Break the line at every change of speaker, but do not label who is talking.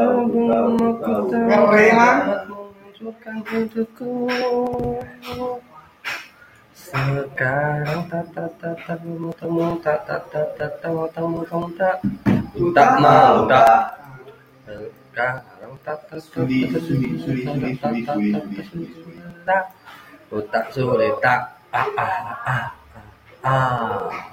Sebelum aku
Ngeri, Mang.
terlambat menunjukkan untukku Sekarang tak tak tak tak mau temu tak tak tak tak tak mau temu temu tak tak mau tak sekarang tak tak tak
Sudi,
tak, tak,
sudi,
tak,
sudi,
tak,
sudi,
tak,
sudi, sudi,
tak, tak,
sudi,
tak,
sudi,
tak,
sudi.
tak oh tak sulit tak ah ah ah ah ah